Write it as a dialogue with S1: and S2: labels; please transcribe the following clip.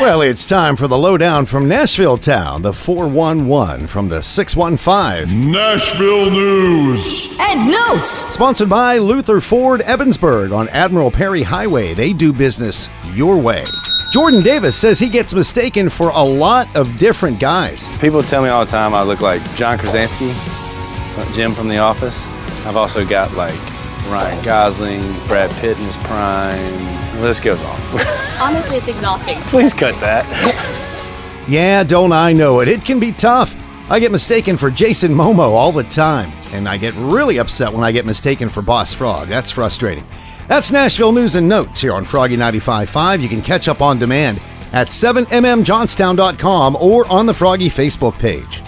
S1: Well, it's time for the lowdown from Nashville Town, the 411 from the 615.
S2: Nashville News.
S3: And notes.
S1: Sponsored by Luther Ford Ebensburg on Admiral Perry Highway. They do business your way. Jordan Davis says he gets mistaken for a lot of different guys.
S4: People tell me all the time I look like John Krasinski, Jim from The Office. I've also got like Ryan Gosling, Brad Pitt in his prime. The list goes on.
S3: Honestly, it's exhausting.
S4: Please cut that.
S1: Yeah, don't I know it? It can be tough. I get mistaken for Jason Momo all the time, and I get really upset when I get mistaken for Boss Frog. That's frustrating. That's Nashville News and Notes here on Froggy 95.5. You can catch up on demand at 7mmjohnstown.com or on the Froggy Facebook page.